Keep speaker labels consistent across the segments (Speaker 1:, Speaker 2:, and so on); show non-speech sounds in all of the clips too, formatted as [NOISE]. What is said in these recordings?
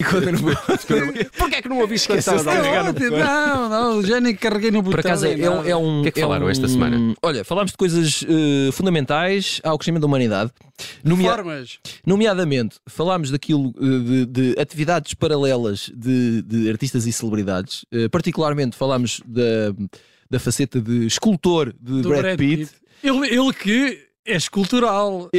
Speaker 1: E
Speaker 2: [LAUGHS]
Speaker 1: quando não Porquê é que não ouviste cantar?
Speaker 2: Esqueceu-se de carregar no
Speaker 3: Não,
Speaker 2: botão.
Speaker 3: não, já nem carreguei no botão.
Speaker 2: Por acaso é, é um. É um
Speaker 1: O que é que
Speaker 2: é
Speaker 1: falaram
Speaker 2: um-
Speaker 1: esta semana?
Speaker 2: Olha, falámos de coisas eh, fundamentais ao crescimento da humanidade. Nomea-
Speaker 3: Formas.
Speaker 2: Nomeadamente, falámos daquilo eh, de, de atividades paralelas de, de artistas e celebridades. Eh, particularmente, falámos da, da faceta de escultor de
Speaker 3: do
Speaker 2: Brad, Pitt.
Speaker 3: Ele, ele que é escultural.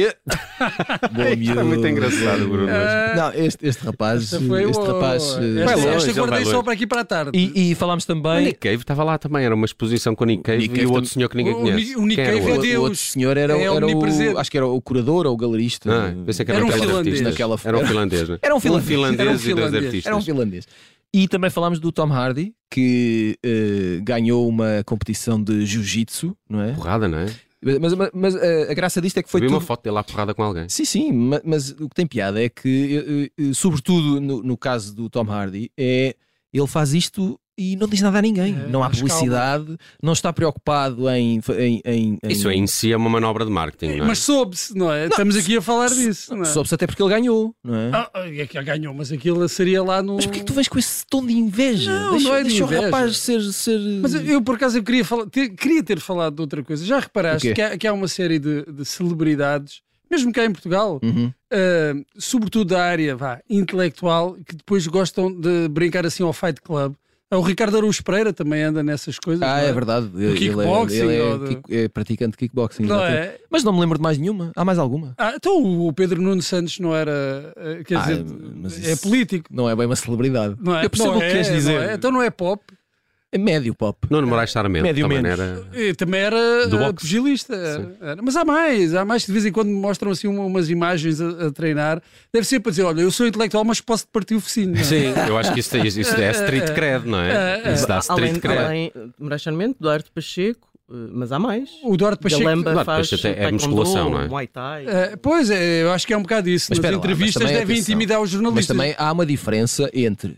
Speaker 2: Boa
Speaker 1: Está
Speaker 2: miúda.
Speaker 1: muito engraçado, Bruno. mas-
Speaker 3: Ah,
Speaker 2: Eh, Não, este, este rapaz.
Speaker 3: esta foi
Speaker 2: este
Speaker 3: boa.
Speaker 2: rapaz. eh,
Speaker 3: Esta,
Speaker 1: Vai longe,
Speaker 3: esta
Speaker 1: ele vai
Speaker 3: guardei só
Speaker 1: longe.
Speaker 3: para aqui para a tarde.
Speaker 2: E, e falámos
Speaker 1: O
Speaker 2: também.
Speaker 1: Nick Cave estava lá também, era uma exposição com o Nick Cave
Speaker 2: Nick
Speaker 1: e
Speaker 2: Cave
Speaker 1: o outro
Speaker 2: também-
Speaker 1: senhor que ninguém
Speaker 3: O- o
Speaker 1: conhece.
Speaker 3: Nick- o Nick
Speaker 1: Quem era
Speaker 3: Cave
Speaker 1: o
Speaker 3: é
Speaker 1: outro?
Speaker 3: de-
Speaker 2: o
Speaker 3: Deus,
Speaker 2: outro senhor era,
Speaker 3: é
Speaker 2: era o.
Speaker 3: omnipresente.
Speaker 2: Acho que era o curador ou o galerista.
Speaker 1: Ah, pensei que era,
Speaker 3: Era um
Speaker 1: aqueles
Speaker 3: finlandês.
Speaker 1: artistas.
Speaker 2: Naquela-
Speaker 1: Era um finlandês, né?
Speaker 2: Era um finlandês.
Speaker 3: Era um
Speaker 1: e dois
Speaker 3: finlandês.
Speaker 1: artistas.
Speaker 2: Era um finlandês. E também falámos do Tom Hardy, que eh, ganhou uma competição de jiu-jitsu, não é?
Speaker 1: Porrada, não é?
Speaker 2: Mas, mas- mas, eh, a graça disto é que foi
Speaker 1: Vi
Speaker 2: tudo...
Speaker 1: uma foto dele lá porrada com alguém.
Speaker 2: Sim, sim, ma- mas, o que tem piada é que, eh, eh, sobretudo no, no caso do Tom Hardy, é ele faz isto e não diz nada a ninguém.
Speaker 3: É,
Speaker 2: não há
Speaker 3: mas
Speaker 2: publicidade, não está preocupado em. fa- em, em, em-
Speaker 1: Isso em si é uma manobra de marketing, não é?
Speaker 3: Mas soube-se, não é? Estamos aqui a falar disso, não é?
Speaker 2: Soube-se até porque ele ganhou, não é?
Speaker 3: Ah, ah, é que ele ganhou, mas aquilo seria lá no.
Speaker 2: Mas porquê é que tu vens com esse tom de inveja?
Speaker 3: Não,
Speaker 2: deixa
Speaker 3: não é de
Speaker 2: deixa o
Speaker 3: inveja.
Speaker 2: rapaz ser. ser...
Speaker 3: Mas eu, eu, por acaso, eu queria, falar, ter, queria ter falado de outra coisa. Já
Speaker 2: O quê?
Speaker 3: reparaste que há, que há uma série de, de celebridades, mesmo cá em Portugal,
Speaker 2: Uhum.
Speaker 3: ah, sobretudo da área vá, intelectual, que depois gostam de brincar assim ao Fight Club. Ah, O Ricardo Araújo Pereira também anda nessas coisas.
Speaker 2: Ah,
Speaker 3: não
Speaker 2: é verdade. Ele, ele é,
Speaker 3: kickboxing
Speaker 2: ele é,
Speaker 3: ou do-
Speaker 2: kick- é praticante de kickboxing.
Speaker 3: Não
Speaker 2: exatamente.
Speaker 3: é?
Speaker 2: Mas não me lembro de mais nenhuma. Há mais alguma?
Speaker 3: Ah, então o Pedro Nuno Santos não era. ah, Quer
Speaker 2: Ah,
Speaker 3: dizer,
Speaker 2: mas
Speaker 3: é
Speaker 2: isso-
Speaker 3: político.
Speaker 2: Não é bem uma celebridade.
Speaker 3: Não é?
Speaker 2: Eu percebo
Speaker 3: Não
Speaker 2: o que
Speaker 3: é,
Speaker 2: queres
Speaker 3: não
Speaker 2: dizer.
Speaker 3: é? Então não é pop.
Speaker 2: É médio pop.
Speaker 1: Nuno Moraes Sarmento
Speaker 2: Médio
Speaker 1: também
Speaker 2: menos.
Speaker 1: era.
Speaker 3: Eh, Também era
Speaker 1: Do boxe.
Speaker 3: eh, pugilista.
Speaker 1: Sim.
Speaker 3: Era. Mas há mais, há mais que de vez em quando me mostram assim uma- umas imagens a, a treinar. Deve ser para dizer: olha, eu sou intelectual, mas posso te partir o focinho. não é?
Speaker 1: Sim, eu acho que isso, isso, isso é
Speaker 3: [LAUGHS]
Speaker 1: street cred, não é? Isso dá
Speaker 4: além,
Speaker 1: street cred.
Speaker 4: além Murachamento, do Arte Pacheco, eh, mas há mais.
Speaker 3: O Duarte Pacheco.
Speaker 4: Galamba
Speaker 1: Duarte
Speaker 4: faz
Speaker 1: Pacheco é
Speaker 4: taekwondo,
Speaker 1: musculação, não é?
Speaker 4: Muay Thai.
Speaker 3: eh, pois, é, eu acho que é um bocado isso.
Speaker 2: Mas
Speaker 3: Nas
Speaker 2: espera lá, mas
Speaker 3: entrevistas
Speaker 2: também,
Speaker 3: devem
Speaker 2: atenção.
Speaker 3: intimidar os
Speaker 2: Mas
Speaker 3: jornalistas.
Speaker 2: também é há uma diferença entre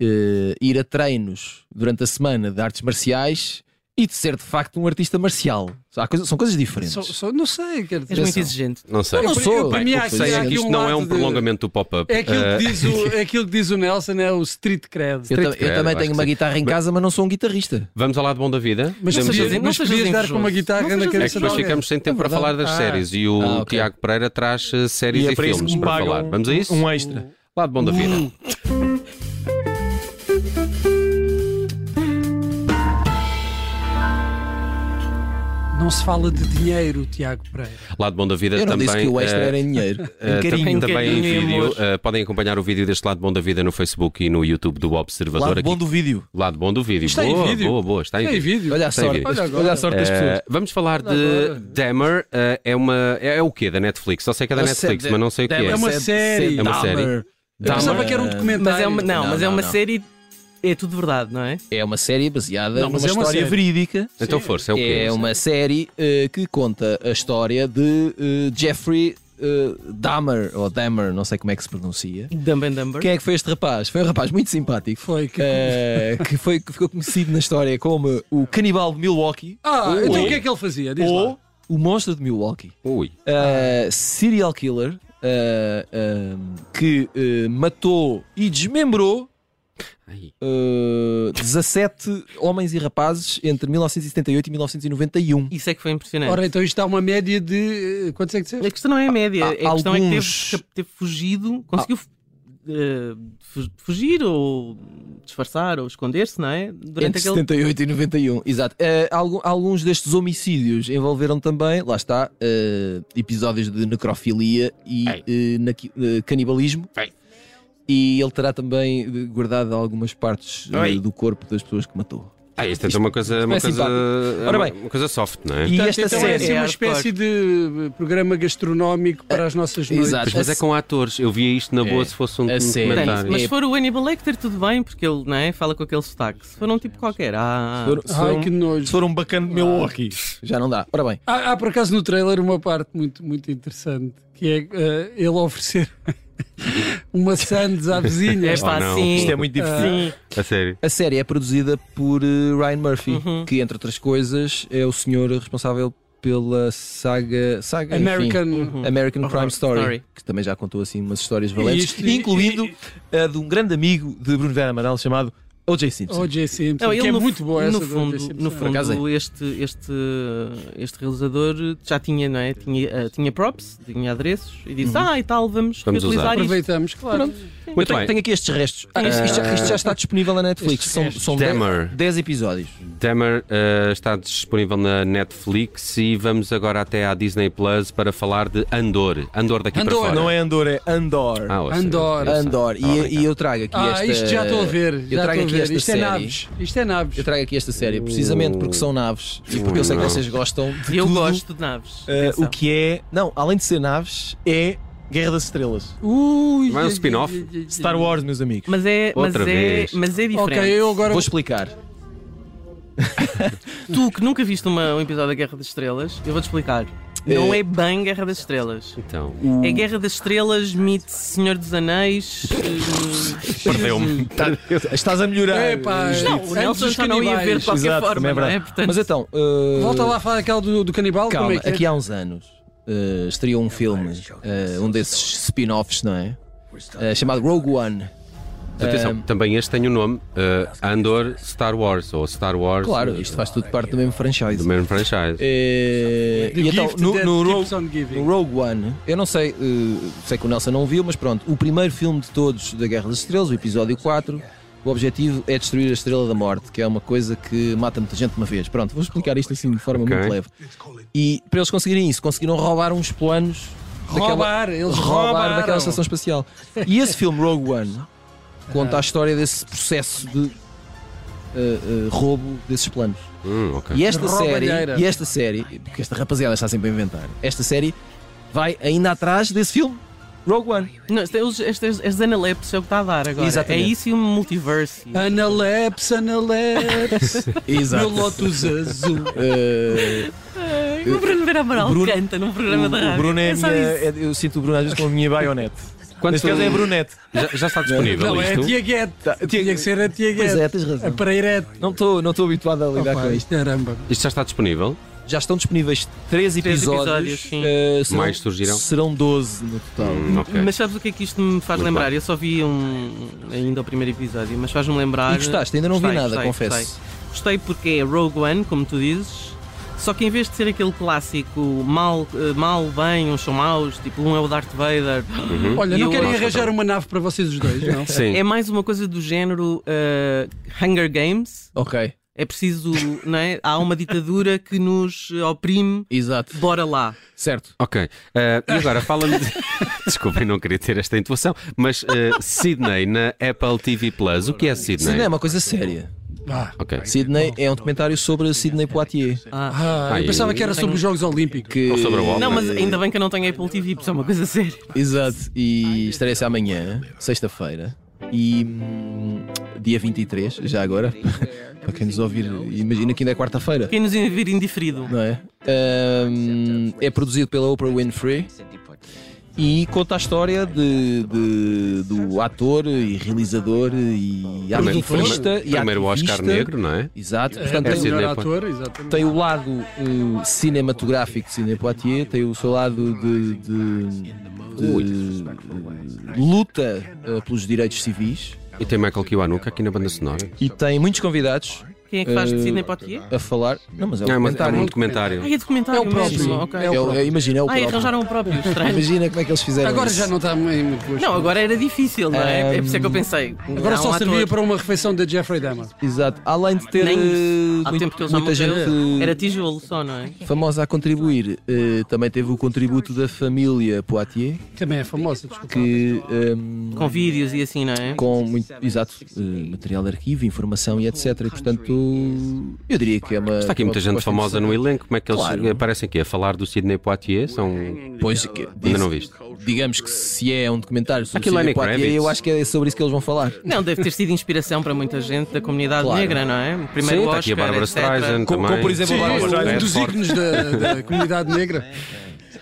Speaker 2: eh, ir a treinos durante a semana de artes marciais e de ser de facto um artista marcial. Há coisa- são coisas diferentes.
Speaker 3: Só- só- não sei, quer
Speaker 4: És
Speaker 3: dizer.
Speaker 4: muito
Speaker 2: atenção.
Speaker 4: exigente.
Speaker 1: Não sei.
Speaker 2: Eu não sou.
Speaker 3: eu, para mim,
Speaker 2: Bem,
Speaker 3: há
Speaker 2: o
Speaker 3: aqui-
Speaker 2: que
Speaker 1: sei
Speaker 3: há
Speaker 2: é
Speaker 3: aqui
Speaker 1: que isto
Speaker 3: um
Speaker 1: não é
Speaker 3: lado
Speaker 1: um
Speaker 3: de-
Speaker 1: prolongamento do pop-up.
Speaker 3: É aquilo,
Speaker 1: Eh,
Speaker 3: que diz o, é aquilo que diz o Nelson, é o street cred.
Speaker 2: Eu, tam- eu
Speaker 1: Street
Speaker 2: também
Speaker 1: cred, eu acho
Speaker 2: tenho uma
Speaker 1: que sim.
Speaker 2: guitarra em
Speaker 1: Mas-
Speaker 2: casa, mas não sou um guitarrista.
Speaker 1: Vamos ao lado bom da vida.
Speaker 3: Mas,
Speaker 1: Podemos
Speaker 3: podias,
Speaker 1: ir-
Speaker 4: não
Speaker 3: mas
Speaker 4: sejas
Speaker 3: podias dar com uma
Speaker 4: invejoso.
Speaker 3: guitarra
Speaker 4: Não
Speaker 3: na
Speaker 4: sejas
Speaker 1: É que
Speaker 3: cabeça de
Speaker 1: depois
Speaker 3: alguém.
Speaker 1: ficamos sem tempo
Speaker 2: É
Speaker 1: para falar
Speaker 2: verdade.
Speaker 1: das
Speaker 3: Ah.
Speaker 1: séries e o
Speaker 2: Ah, ok.
Speaker 1: Tiago Pereira traz eh, séries
Speaker 5: E
Speaker 1: e,
Speaker 5: é para isso
Speaker 1: filmes
Speaker 5: que me
Speaker 1: para
Speaker 5: pagam
Speaker 1: falar. Vamos a isso?
Speaker 5: um extra.
Speaker 1: Lado bom da vida.
Speaker 3: Não se fala de dinheiro, Tiago Pereira.
Speaker 1: Lado bom da vida
Speaker 2: Eu não
Speaker 1: também.
Speaker 2: disse que o extra
Speaker 1: eh,
Speaker 2: era em
Speaker 1: [LAUGHS]
Speaker 2: dinheiro.
Speaker 1: eh,
Speaker 2: Em carinho. um
Speaker 1: tam- também em
Speaker 4: carinho e
Speaker 1: vídeo.
Speaker 4: amor.
Speaker 1: Eh, podem acompanhar o vídeo deste Lado Bom da Vida no Facebook e no YouTube do Observador.
Speaker 2: Lado
Speaker 1: aqui.
Speaker 2: bom do vídeo.
Speaker 1: Lado bom do vídeo.
Speaker 3: Está em
Speaker 1: boa,
Speaker 3: vídeo.
Speaker 1: boa, boa. Está em
Speaker 3: Tem
Speaker 1: vídeo.
Speaker 3: é vídeo.
Speaker 2: Olha a
Speaker 1: Tem
Speaker 2: sorte,
Speaker 1: vídeo.
Speaker 2: olha,
Speaker 3: agora.
Speaker 2: a sorte das
Speaker 1: Eh,
Speaker 2: pessoas.
Speaker 1: vamos falar de
Speaker 3: Agora.
Speaker 1: Dammer. eh, é, uma, é, é o quê da Netflix? Só sei que é da
Speaker 2: Uma
Speaker 1: Netflix,
Speaker 2: série-
Speaker 1: mas não sei o que é.
Speaker 3: É uma
Speaker 2: Sed-
Speaker 3: série.
Speaker 2: Sed
Speaker 1: É uma
Speaker 2: Dahmer.
Speaker 1: série.
Speaker 3: Eu pensava
Speaker 2: Dahmer.
Speaker 3: que era um documentário.
Speaker 4: Mas é uma, não,
Speaker 2: Não,
Speaker 4: mas é
Speaker 2: não,
Speaker 4: uma
Speaker 2: não.
Speaker 4: série. É tudo verdade, não é?
Speaker 2: É uma série baseada
Speaker 3: Não, mas é
Speaker 2: numa
Speaker 3: uma série.
Speaker 2: história verídica.
Speaker 1: Então, força, é o quê?
Speaker 2: É uma série eh, que conta a história de eh, Jeffrey eh, Dahmer, ou Dahmer, não sei como é que se pronuncia.
Speaker 4: Dumb and Dumber.
Speaker 2: Quem é que foi este rapaz? Foi um rapaz muito simpático.
Speaker 3: Foi, que-
Speaker 2: eh, que, foi, que ficou conhecido na história como o canibal de Milwaukee
Speaker 3: Ah,
Speaker 2: Ou-
Speaker 3: então o que é que ele fazia? Diz lá.
Speaker 2: ou o monstro de Milwaukee.
Speaker 1: Ui.
Speaker 2: Eh, serial killer eh, eh, que eh, matou e desmembrou
Speaker 1: Ai.
Speaker 2: eh, 17 homens e rapazes entre 1978 e 1991.
Speaker 4: Isso é que foi impressionante.
Speaker 3: Ora, então isto dá uma média de. eh, Quantos é que disseste?
Speaker 4: a questão não é a média,
Speaker 2: há-
Speaker 4: a questão é que
Speaker 2: alguns-
Speaker 4: teve, que teve fugido, conseguiu eh, fu- fugir ou disfarçar ou esconder-se, não é? Durante
Speaker 2: Entre 78 e 91, exato. Eh, algu- alguns destes homicídios envolveram também, lá está, eh, episódios de necrofilia e
Speaker 1: Ei.
Speaker 2: eh, naqui- eh, canibalismo.
Speaker 1: Ei.
Speaker 2: E ele terá também eh, guardado algumas partes eh,
Speaker 1: Ei.
Speaker 2: do corpo das pessoas que matou.
Speaker 1: Ah, isto é uma coisa,
Speaker 2: não
Speaker 1: uma
Speaker 2: é
Speaker 1: coisa,
Speaker 2: simpático.
Speaker 1: é
Speaker 2: Ora
Speaker 1: uma,
Speaker 2: bem.
Speaker 1: uma coisa soft, não é?
Speaker 2: E
Speaker 3: Portanto,
Speaker 2: esta
Speaker 3: então é
Speaker 2: série.
Speaker 3: assim uma
Speaker 4: hardcore.
Speaker 3: espécie de eh, programa gastronómico para as nossas noites.
Speaker 2: exato.
Speaker 1: Pois, mas é com atores. Eu via isto na boa
Speaker 2: É.
Speaker 1: se fosse um
Speaker 2: A sério.
Speaker 4: Portanto,
Speaker 1: documentário.
Speaker 4: mas
Speaker 2: É.
Speaker 4: se for o Hannibal Lecter, tudo bem, porque ele não é, fala com aquele sotaque. Se for um tipo qualquer, ah,
Speaker 2: Se for- se for
Speaker 3: Ai,
Speaker 2: um- Ah,
Speaker 3: que nojo.
Speaker 5: Se for um bacana de Milwaukee.
Speaker 2: Já não dá. Ora bem,
Speaker 3: Há, há, por acaso no trailer uma parte muito, muito interessante que é eh, ele oferecer [LAUGHS] uma sandes à vizinha.
Speaker 4: é
Speaker 1: Oh,
Speaker 4: pá,
Speaker 1: não.
Speaker 4: sim.
Speaker 5: Isto é muito divertido.
Speaker 4: Sim,
Speaker 1: A sério.
Speaker 2: ah, a série é produzida por eh, Ryan Murphy,
Speaker 4: Uhum.
Speaker 2: que, entre outras coisas, é o senhor responsável pela saga, saga enfim,
Speaker 3: American.
Speaker 4: Uhum.
Speaker 2: American
Speaker 4: Horror
Speaker 2: Crime Story,
Speaker 4: Story.
Speaker 2: que também já contou assim umas histórias valentes,
Speaker 3: isto-
Speaker 2: incluindo
Speaker 3: e-
Speaker 2: a de um grande amigo de Bruno Vera Amaral chamado O.J. Simpson.
Speaker 3: O.J. Simpson,
Speaker 4: Não,
Speaker 3: que
Speaker 4: ele
Speaker 3: é
Speaker 4: no-
Speaker 3: muito boa essa
Speaker 4: no
Speaker 3: do
Speaker 4: fundo,
Speaker 3: O.J. Simpson.
Speaker 4: no
Speaker 2: Por acaso é.
Speaker 4: fundo este, este, este realizador já tinha, não é? Tinha, eh, tinha props, tinha adereços e disse:
Speaker 2: Uhum.
Speaker 4: Ah, e tal, vamos,
Speaker 1: Vamos usar."
Speaker 4: utilizar isto.
Speaker 3: Aproveitamos, claro.
Speaker 2: Eu
Speaker 1: Muito
Speaker 2: tenho,
Speaker 1: bem.
Speaker 2: tenho aqui estes restos. Ah, isto, isto já, isto já está disponível na Netflix.
Speaker 3: Estes
Speaker 2: São,
Speaker 3: restos.
Speaker 2: são
Speaker 4: é
Speaker 1: Dammer.
Speaker 2: 10, 10 episódios.
Speaker 1: Dammer eh, está disponível na Netflix e vamos agora até à Disney Plus para falar de Andor. Andor daqui
Speaker 3: Andor.
Speaker 1: para fora.
Speaker 2: Não é Andor, é Andor.
Speaker 1: Ah, ou seja,
Speaker 3: Andor.
Speaker 1: eu sei.
Speaker 2: Andor.
Speaker 4: Ah,
Speaker 1: Estava a
Speaker 2: E,
Speaker 1: brincar.
Speaker 2: e eu trago aqui
Speaker 3: Ah,
Speaker 2: esta.
Speaker 3: isto já estou a ver. Já
Speaker 2: trago
Speaker 3: estou a
Speaker 2: aqui
Speaker 3: ver.
Speaker 2: esta
Speaker 3: Isto é
Speaker 2: série.
Speaker 3: naves. Isto é
Speaker 2: Eu
Speaker 3: naves.
Speaker 2: trago aqui esta série precisamente porque são naves e porque eu sei que
Speaker 1: Não.
Speaker 2: vocês gostam de
Speaker 4: Eu
Speaker 2: tudo,
Speaker 4: gosto de naves.
Speaker 2: eh,
Speaker 4: atenção.
Speaker 2: o que é. Não, além de ser naves, é Guerra das Estrelas.
Speaker 3: Ui,
Speaker 1: Vai um
Speaker 3: ai,
Speaker 1: spin-off?
Speaker 3: ai, ai, ai.
Speaker 2: Star Wars, meus amigos.
Speaker 4: Mas é, mas,
Speaker 1: Outra
Speaker 4: é,
Speaker 1: vez.
Speaker 4: mas é diferente.
Speaker 3: Ok, eu agora.
Speaker 2: Vou explicar.
Speaker 4: Tu que nunca viste uma- um episódio da Guerra das Estrelas, eu vou-te explicar. Não
Speaker 2: Eh,
Speaker 4: é bem Guerra das Estrelas.
Speaker 1: Então,
Speaker 2: Uhum.
Speaker 4: É Guerra das Estrelas, Meet Senhor dos Anéis. hum,
Speaker 1: perdeu-me.
Speaker 2: Estás a melhorar.
Speaker 3: Epá,
Speaker 2: eh,
Speaker 4: não,
Speaker 3: Antes
Speaker 4: o
Speaker 3: dos
Speaker 4: Nelson já não ia ver
Speaker 3: canibais.
Speaker 4: de qualquer
Speaker 2: Exato,
Speaker 4: forma,
Speaker 2: também é
Speaker 4: não é?
Speaker 2: verdade.
Speaker 4: Portanto,
Speaker 2: Mas então. eh,
Speaker 3: Volta lá a falar aquela do, do canibal.
Speaker 2: Calma,
Speaker 3: como é que é?
Speaker 2: aqui há uns anos eh, estreou um filme, eh, um desses spin-offs, não é? Eh, chamado Rogue One.
Speaker 1: Atenção, também este tem o nome: eh, Andor Star Wars ou Star Wars. eh,
Speaker 2: Claro, isto É. faz tudo parte do mesmo franchise.
Speaker 1: Do mesmo franchise.
Speaker 2: Eh,
Speaker 3: The
Speaker 2: e então,
Speaker 3: Gift
Speaker 2: no,
Speaker 3: that
Speaker 2: no Rogue,
Speaker 3: keeps on giving.
Speaker 2: no Rogue One, eu não sei, eh, sei que o Nelson não viu, mas pronto, o primeiro filme de todos da Guerra das Estrelas, o episódio 4, o objetivo é destruir a Estrela da Morte, que é uma coisa que mata muita gente de uma vez. Pronto, vou explicar isto assim de forma
Speaker 1: Ok.
Speaker 2: muito leve. E para eles conseguirem isso, conseguiram roubar uns planos daquela-
Speaker 3: Roubar, eles
Speaker 2: roubar
Speaker 3: roubaram.
Speaker 2: daquela estação espacial. E esse filme, Rogue One, conta a história desse processo de uh, uh, roubo desses planos.
Speaker 1: Hum, ok.
Speaker 2: E esta série,
Speaker 3: Roubalheira.
Speaker 2: e esta série, porque esta rapaziada está sempre a inventar, esta série vai ainda atrás desse filme, Rogue One.
Speaker 4: não, é estes, estes, estes analepses é o que está a dar agora.
Speaker 2: Exatamente.
Speaker 4: É isso e um multiverso.
Speaker 3: Ah, Analeps, Analeps, meu
Speaker 2: Exato. Eh,
Speaker 3: Lotus
Speaker 2: [LAUGHS]
Speaker 3: azul.
Speaker 4: Ai, O Bruno Vera Amaral
Speaker 2: Bruno-
Speaker 4: canta num programa de rádio.
Speaker 2: é
Speaker 4: É só isso.
Speaker 2: eu sinto o Bruno às vezes com a minha baionete. é
Speaker 1: Quanto-
Speaker 2: Brunete.
Speaker 1: já, já está disponível
Speaker 3: Não, é a
Speaker 1: isto?
Speaker 3: Tia Guete. Tinha que ser a Tia
Speaker 2: Tá, Pois é,
Speaker 3: Guete.
Speaker 2: tens razão.
Speaker 3: A Pereirete.
Speaker 2: Não estou não estou habituado a lidar com isto.
Speaker 3: Caramba.
Speaker 1: Isto já está disponível?
Speaker 2: Já estão disponíveis 3
Speaker 4: Três
Speaker 2: episódios.
Speaker 4: episódios, sim.
Speaker 2: eh, serão,
Speaker 1: Mais surgirão?
Speaker 2: Serão 12 no total.
Speaker 1: Hum, ok.
Speaker 4: Mas sabes o que é que isto me faz
Speaker 1: Muito
Speaker 4: lembrar?
Speaker 1: bem.
Speaker 4: Eu só vi um, ainda o primeiro episódio, mas faz-me lembrar.
Speaker 2: E gostaste? Ainda não vi
Speaker 4: Gostei,
Speaker 2: nada,
Speaker 4: gostei,
Speaker 2: confesso.
Speaker 4: Gostei porque é Rogue One, como tu dizes, só que em vez de ser aquele clássico mal, eh, mal bem, uns são maus, tipo um é o Darth Vader,
Speaker 3: Olha,
Speaker 4: E
Speaker 3: não
Speaker 4: eu-
Speaker 3: querem
Speaker 1: Nossa,
Speaker 3: arranjar
Speaker 1: tá.
Speaker 3: uma nave para vocês os dois, não?
Speaker 1: Sim.
Speaker 4: é mais uma coisa do género eh, Hunger Games.
Speaker 2: Ok,
Speaker 4: É preciso, [LAUGHS] não é? Há uma ditadura que nos oprime,
Speaker 2: exato.
Speaker 4: bora lá.
Speaker 2: Certo.
Speaker 1: Ok. Eh, e agora, fala-me. De... [LAUGHS] Desculpem, não queria ter esta intuação, mas eh, Sydney na Apple TV Plus. O que é Sydney?
Speaker 2: Sydney é uma coisa séria.
Speaker 3: Vá.
Speaker 1: Ok.
Speaker 2: Sydney é um documentário sobre a Sidney Poitier.
Speaker 4: Ah.
Speaker 3: Ah,
Speaker 1: Ai,
Speaker 3: eu pensava que era
Speaker 4: eu
Speaker 3: sobre
Speaker 4: tenho-
Speaker 3: os Jogos Olímpicos.
Speaker 2: Que...
Speaker 1: Ou sobre a Wall.
Speaker 4: Não, mas ainda bem que eu não tenho Apple TV, porque é uma coisa séria.
Speaker 2: Exato. E estreia-se amanhã, sexta-feira. E hum, dia 23, já agora. [LAUGHS] Para quem nos ouvir, imagina que ainda é quarta-feira.
Speaker 4: Quem nos ia vir indiferido?
Speaker 2: Não é? Hum, é produzido pela Oprah Winfrey. E conta a história de, de- do ator e realizador e
Speaker 1: Primeiro,
Speaker 2: é artista
Speaker 1: primeiro,
Speaker 2: e
Speaker 1: primeiro Oscar
Speaker 2: ativista.
Speaker 1: Negro, não é?
Speaker 2: Exato.
Speaker 3: É,
Speaker 2: Portanto,
Speaker 3: tem
Speaker 1: é
Speaker 3: o
Speaker 2: tem-
Speaker 1: Sidney
Speaker 3: melhor
Speaker 1: Poitier.
Speaker 3: ator, exatamente.
Speaker 2: tem o lado eh, cinematográfico de Sidney Poitier, tem o seu lado de, de- de- de luta eh, pelos direitos civis
Speaker 1: E tem Michael Kiwanuka aqui na banda sonora.
Speaker 2: e tem muitos convidados
Speaker 4: Quem é que faz de
Speaker 2: Eh,
Speaker 4: Sidney Poitier?
Speaker 2: a falar. Não, mas é um
Speaker 1: Ah, mas é
Speaker 2: comentário.
Speaker 1: um documentário.
Speaker 4: Ah, é documentário
Speaker 3: É o próprio,
Speaker 4: mesmo.
Speaker 3: sim.
Speaker 4: ok.
Speaker 2: É o- é- imagina, é o
Speaker 4: Ah, e
Speaker 2: próprio.
Speaker 4: arranjaram o próprio, estranho.
Speaker 2: Imagina como é que eles fizeram
Speaker 3: Agora
Speaker 2: isso.
Speaker 3: já não está em muito gosto.
Speaker 4: Não, agora era difícil, não é? É por isso é que eu pensei.
Speaker 3: Agora
Speaker 4: Há um
Speaker 3: só
Speaker 4: ator.
Speaker 3: servia para uma refeição da Jeffrey Dahmer.
Speaker 2: Exato. Além de ter
Speaker 4: Nem
Speaker 2: eh,
Speaker 4: Há
Speaker 2: muito-
Speaker 4: tempo que eles já
Speaker 2: muita
Speaker 4: morreram.
Speaker 2: gente
Speaker 4: Era tijolo só, não é?
Speaker 2: famosa a contribuir, eh, também teve o contributo da família Poitier,
Speaker 3: Também é famosa, desculpa.
Speaker 2: que ehm,
Speaker 4: Com vídeos e assim, não é?
Speaker 2: com muito, exato, eh, material de arquivo, informação e etc. E, portanto, eu diria que é uma.
Speaker 1: Está aqui muita
Speaker 2: uma
Speaker 1: gente
Speaker 2: proposta
Speaker 1: famosa no
Speaker 2: interessante.
Speaker 1: elenco. Como é que eles
Speaker 2: Claro.
Speaker 1: aparecem aqui? A falar do Sidney Poitier? São...
Speaker 2: Pois, que, diz-
Speaker 1: Ainda não viste.
Speaker 2: digamos que se é um documentário sobre
Speaker 1: Aquilo é
Speaker 2: Sidney
Speaker 1: Nick
Speaker 2: Poitier,
Speaker 1: Kravitz.
Speaker 2: eu acho que é sobre isso que eles vão falar.
Speaker 4: Não, deve ter sido inspiração para muita gente da comunidade
Speaker 2: Claro.
Speaker 4: negra, não é? O Primeiro
Speaker 1: Sim, está
Speaker 4: Oscar,
Speaker 1: aqui a Barbara
Speaker 4: etc.
Speaker 1: Streisand
Speaker 2: Como-
Speaker 1: também.
Speaker 2: como, por exemplo,
Speaker 3: Sim,
Speaker 2: a Barbara
Speaker 1: Sim,
Speaker 3: um
Speaker 2: Streisand.
Speaker 3: dos ícones da, da comunidade negra.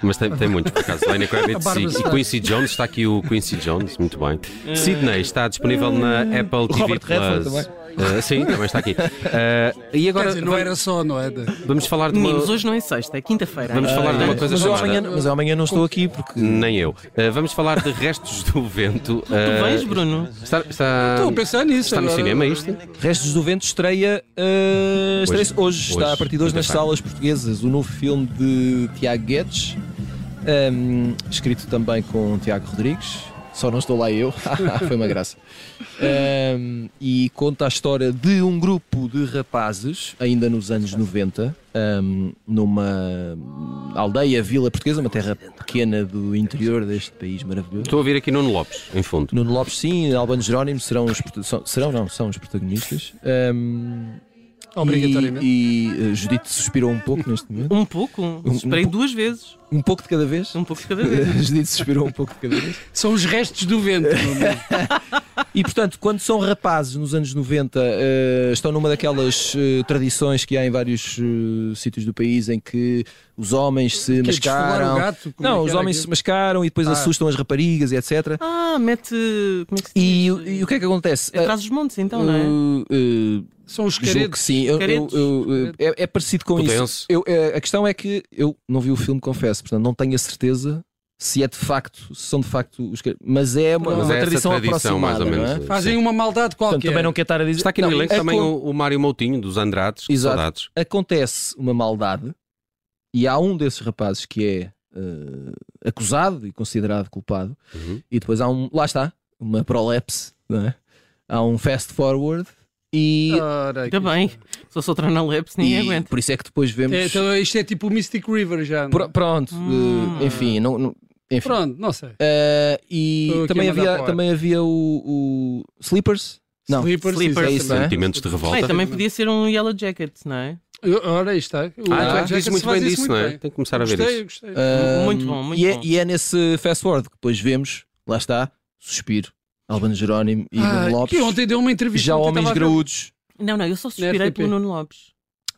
Speaker 1: Mas tem, tem muitos, por acaso. Lenny Kravitz
Speaker 3: A Barbra
Speaker 1: e, e
Speaker 3: Streisand.
Speaker 1: Quincy Jones. Está aqui o Quincy Jones, muito bem. Sydney está disponível na Apple TV
Speaker 2: Robert Redford
Speaker 1: Plus.
Speaker 2: também.
Speaker 1: Ah, sim, também está aqui. Ah, e
Speaker 3: Quer
Speaker 1: agora
Speaker 3: dizer, não era só, não é? De-
Speaker 1: vamos falar de uma...
Speaker 4: Meninos, hoje não é sexta, é quinta-feira.
Speaker 1: Vamos falar de uma coisa
Speaker 2: Mas eu,
Speaker 1: chamada-
Speaker 2: amanhã, mas eu amanhã não estou aqui porque.
Speaker 1: Nem eu. Ah, vamos falar de restos do vento.
Speaker 4: Tu
Speaker 1: Ah,
Speaker 4: vens, Bruno?
Speaker 1: Está, está-
Speaker 3: Estou a pensar nisso.
Speaker 1: está no
Speaker 3: agora.
Speaker 1: cinema é isto?
Speaker 2: Restos do Vento estreia, uh, estreia hoje,
Speaker 1: Hoje.
Speaker 2: está a partir de hoje nas
Speaker 1: Quinta-feira.
Speaker 2: salas portuguesas, o novo filme de Tiago Guedes, um, escrito também com Tiago Rodrigues, só não estou lá eu, [LAUGHS] foi uma graça. Um, e conta a história de um grupo de rapazes, ainda nos anos 90, um, numa aldeia, vila portuguesa, uma terra pequena do interior deste país maravilhoso.
Speaker 1: Estou a ouvir aqui Nuno Lopes, em fundo.
Speaker 2: Nuno Lopes, sim, Albano Jerónimo serão os, prota- são- serão, não, são os protagonistas. Um,
Speaker 3: Obrigatoriamente.
Speaker 2: E, e eh, Judite suspirou um pouco neste momento.
Speaker 4: Um pouco.
Speaker 2: um
Speaker 4: Esperei
Speaker 2: pouco.
Speaker 4: duas vezes.
Speaker 2: [LAUGHS] Um pouco de cada vez.
Speaker 4: Um pouco de cada vez.
Speaker 2: [LAUGHS] Judite suspirou um pouco de cada vez.
Speaker 3: São os restos do vento.
Speaker 2: E portanto, quando são rapazes nos anos 90, eh, estão numa daquelas eh, tradições que há em vários eh, sítios do país em que os homens se
Speaker 3: Que é desfolar o
Speaker 2: mascaram.
Speaker 3: gato? Como é
Speaker 2: não,
Speaker 3: que
Speaker 2: os
Speaker 3: era
Speaker 2: homens se
Speaker 3: aquilo?
Speaker 2: mascaram e depois
Speaker 3: Ah.
Speaker 2: assustam as raparigas e etc.
Speaker 4: Ah, mete. Como é que se
Speaker 2: E,
Speaker 4: diz?
Speaker 2: e o que é que acontece?
Speaker 4: Atrás dos montes, então, não é?
Speaker 2: Eh, eh,
Speaker 3: São os
Speaker 2: Julgo
Speaker 3: caretos.
Speaker 2: que sim, eu, eu- eu- eu- é, é parecido com
Speaker 1: Potenso.
Speaker 2: isso. Eu, é, a questão é que eu não vi o filme, confesso, portanto não tenho a certeza se é de facto, se são de facto os que- mas é uma,
Speaker 1: Mas
Speaker 2: uma
Speaker 1: é essa
Speaker 2: tradição,
Speaker 1: tradição, mais
Speaker 2: aproximada,
Speaker 1: ou menos.
Speaker 2: não é?
Speaker 1: eh,
Speaker 3: Fazem
Speaker 1: sim.
Speaker 3: uma maldade
Speaker 2: Portanto,
Speaker 3: qualquer.
Speaker 2: também não quer estar a dizer.
Speaker 1: Está aqui no
Speaker 2: Não,
Speaker 1: elenco também
Speaker 2: acon-
Speaker 1: o, o Mário Moutinho, dos Andrades, que
Speaker 2: Exato.
Speaker 1: saudades. Ah,
Speaker 2: acontece uma maldade e há um desses rapazes que é eh, acusado e considerado culpado
Speaker 1: Uhum.
Speaker 2: E depois há um, lá está, uma prolepse, não é? Há um fast forward e,
Speaker 3: Ora,
Speaker 4: Ainda bem. Só sou tranalepse,
Speaker 2: e
Speaker 4: ninguém aguenta.
Speaker 2: por isso é que depois vemos
Speaker 3: É, então isto é tipo o Mystic River já. não é?
Speaker 2: Pro- pronto,
Speaker 4: Hum.
Speaker 2: eh, enfim, não, não- enfim.
Speaker 3: Pronto, não sei.
Speaker 2: Eh, e
Speaker 3: Estou aqui
Speaker 2: também
Speaker 3: a mandar
Speaker 2: havia,
Speaker 3: para o ar.
Speaker 2: também havia o, o Sleepers. Não,
Speaker 3: Slippers,
Speaker 4: Slippers,
Speaker 3: exatamente.
Speaker 2: é isso, não é?
Speaker 1: Sentimentos de revolta.
Speaker 4: Bem, também podia ser um Yellow Jacket, não é?
Speaker 3: Eu- Ora, aí está. O
Speaker 1: Ah, tu
Speaker 3: Jack
Speaker 1: é que dizes
Speaker 3: se
Speaker 1: muito
Speaker 3: faz
Speaker 1: bem
Speaker 3: isso
Speaker 1: disso, não
Speaker 3: muito
Speaker 1: é?
Speaker 3: bem.
Speaker 1: Tem que começar a ver
Speaker 3: Gostei,
Speaker 1: isso.
Speaker 3: gostei.
Speaker 2: eh,
Speaker 4: Muito bom, muito
Speaker 2: e é,
Speaker 4: bom.
Speaker 2: E é nesse fast forward que depois vemos, lá está, Suspiro, Albano Jerónimo e
Speaker 3: Ah,
Speaker 2: Nuno Lopes,
Speaker 3: que ontem deu uma entrevista.
Speaker 2: já
Speaker 3: ontem
Speaker 2: homens
Speaker 3: estava a ver-
Speaker 2: graúdos.
Speaker 4: Não, não, eu só suspirei
Speaker 3: RTP.
Speaker 4: pelo Nuno Lopes.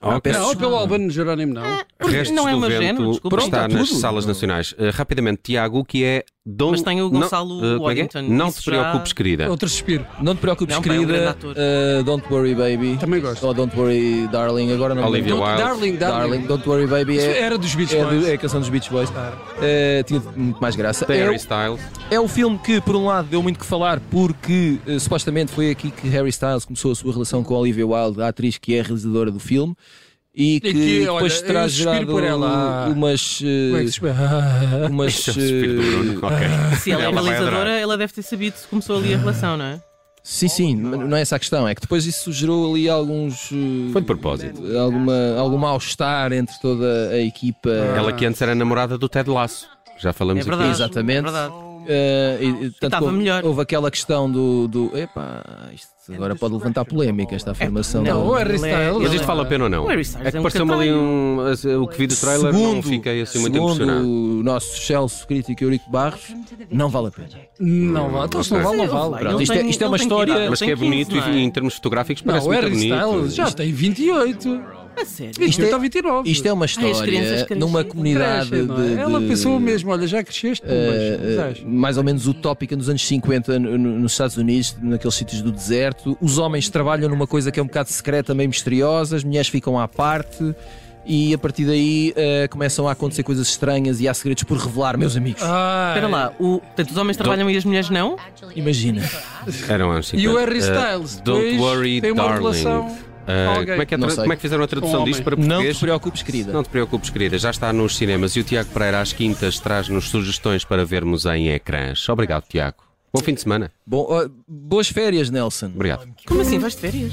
Speaker 1: Ok.
Speaker 2: peço
Speaker 3: Não, pelo Albano Jerónimo, não.
Speaker 1: Restos
Speaker 4: não é
Speaker 1: do
Speaker 4: meu
Speaker 1: vento
Speaker 4: género, desculpa. é
Speaker 1: está
Speaker 2: Pronto,
Speaker 1: nas
Speaker 2: tudo.
Speaker 1: salas nacionais. Eh, rapidamente, Tiago, que é Dom...
Speaker 4: Mas tem o
Speaker 1: Não-
Speaker 4: Gonçalo
Speaker 1: eh, como é que é?
Speaker 4: Waddington.
Speaker 1: Não
Speaker 4: Isso
Speaker 1: te
Speaker 4: já-
Speaker 1: preocupes, querida.
Speaker 3: Outro suspiro.
Speaker 2: Não te preocupes,
Speaker 4: Não, pá, é um grande
Speaker 2: querida.
Speaker 4: ator.
Speaker 2: eh, don't worry, baby.
Speaker 3: Também gosto.
Speaker 2: Ou Don't worry, darling. Agora não me
Speaker 1: Olivia
Speaker 2: lembro.
Speaker 1: Wilde.
Speaker 3: Darling,
Speaker 2: Darling,
Speaker 3: darling.
Speaker 2: don't worry, baby.
Speaker 3: Isso
Speaker 2: É,
Speaker 3: Era dos Beach
Speaker 2: é, do- é
Speaker 3: Boys.
Speaker 2: a canção dos Beach Boys.
Speaker 3: Claro.
Speaker 2: Eh, tinha muito mais graça.
Speaker 1: Tem
Speaker 2: É o-
Speaker 3: [LAUGHS]
Speaker 1: Harry Styles.
Speaker 2: É um filme que, por um lado, deu muito que falar porque eh, supostamente foi aqui que Harry Styles começou a sua relação com a Olivia Wilde, a atriz que é a realizadora do filme, e que,
Speaker 3: que,
Speaker 2: depois
Speaker 3: olha,
Speaker 2: terá
Speaker 3: eu suspiro
Speaker 2: gerado
Speaker 3: por ela. Ah.
Speaker 2: umas. eh,
Speaker 3: Como é que se chama? [LAUGHS] Ah,
Speaker 2: umas
Speaker 1: Este é o espírito do Bruno.
Speaker 2: eh,
Speaker 3: [LAUGHS]
Speaker 1: Ok.
Speaker 4: Se ela
Speaker 1: né?
Speaker 4: é
Speaker 1: Ela vai
Speaker 4: realizadora,
Speaker 1: adorar.
Speaker 4: ela deve ter sabido se começou ali a relação, não é?
Speaker 2: sim, sim, mas não é essa a questão, é que depois isso gerou ali alguns. eh,
Speaker 1: Foi de propósito.
Speaker 2: Alguma, algum mal-estar entre toda a equipa.
Speaker 3: É
Speaker 1: Ela que antes era namorada do Ted Lasso. Já falamos
Speaker 4: É verdade.
Speaker 1: aqui.
Speaker 2: Exatamente.
Speaker 4: É verdade.
Speaker 2: Eh, e- e, tanto que
Speaker 4: Estava
Speaker 2: houve,
Speaker 4: melhor.
Speaker 2: houve aquela questão do. do epá, isto agora pode levantar polémica esta afirmação.
Speaker 4: não,
Speaker 2: do-
Speaker 3: Não, o Harry
Speaker 4: Ele é-
Speaker 3: Styles.
Speaker 1: Mas isto vale a pena ou não?
Speaker 4: O Harry Styles
Speaker 1: É que
Speaker 4: é um
Speaker 1: pareceu-me ali
Speaker 4: bocadinho.
Speaker 1: um... O que vi do trailer não fiquei assim muito
Speaker 2: segundo
Speaker 1: impressionado.
Speaker 2: o nosso Celso crítico Eurico Barros, não vale a pena.
Speaker 3: Não vale. Então, se não
Speaker 1: Ok.
Speaker 3: vale, não
Speaker 4: Ele
Speaker 3: vale.
Speaker 2: Pronto, isto é-
Speaker 4: tem-
Speaker 2: isto é
Speaker 4: ele
Speaker 2: uma
Speaker 4: tem que
Speaker 2: história-
Speaker 4: idade? Ele
Speaker 1: Mas que
Speaker 4: tem
Speaker 1: é
Speaker 4: 15,
Speaker 1: bonito
Speaker 4: não é?
Speaker 1: e em termos fotográficos
Speaker 3: Não,
Speaker 1: parece
Speaker 3: o
Speaker 1: muito
Speaker 3: Harry
Speaker 1: bonito.
Speaker 3: Styles já tem 28.
Speaker 4: A sério.
Speaker 3: 28
Speaker 2: é-
Speaker 3: ou 29.
Speaker 2: Isto é uma
Speaker 4: as crianças
Speaker 2: história
Speaker 4: crescem.
Speaker 2: numa comunidade
Speaker 3: Cresce, não é?
Speaker 2: de, de-
Speaker 3: Ela pensou mesmo, olha, já cresceste,
Speaker 2: eh,
Speaker 3: mas
Speaker 2: eh, mais ou menos utópica nos anos 50 no- no- nos Estados Unidos, naqueles sítios do deserto. Os homens trabalham numa coisa que é um bocado secreta, meio misteriosa, as mulheres ficam à parte e a partir daí eh, começam a acontecer coisas estranhas e há segredos por revelar, meus amigos.
Speaker 3: Ah,
Speaker 4: Espera lá, o... portanto, os homens trabalham e as mulheres não?
Speaker 2: Imagina.
Speaker 1: Eram anos 50.
Speaker 3: E o Harry
Speaker 1: Eh,
Speaker 3: Styles,
Speaker 1: don't
Speaker 3: depois,
Speaker 1: worry,
Speaker 3: tem uma
Speaker 1: darling.
Speaker 3: relação
Speaker 1: Eh,
Speaker 3: com alguém.
Speaker 1: como, é que é a
Speaker 2: Não
Speaker 1: tra-
Speaker 2: sei. Um
Speaker 1: como é que fizeram a tradução
Speaker 3: Com
Speaker 1: disto
Speaker 3: homem.
Speaker 1: para
Speaker 2: Não
Speaker 1: português?
Speaker 2: te preocupes, querida.
Speaker 1: Não te preocupes, querida, já está nos cinemas e o Tiago Pereira às quintas traz-nos sugestões para vermos em ecrãs. Obrigado, Tiago. Bom fim de semana.
Speaker 2: Bom, ó, boas férias, Nelson.
Speaker 1: Obrigado.
Speaker 4: Como assim? Vais de férias?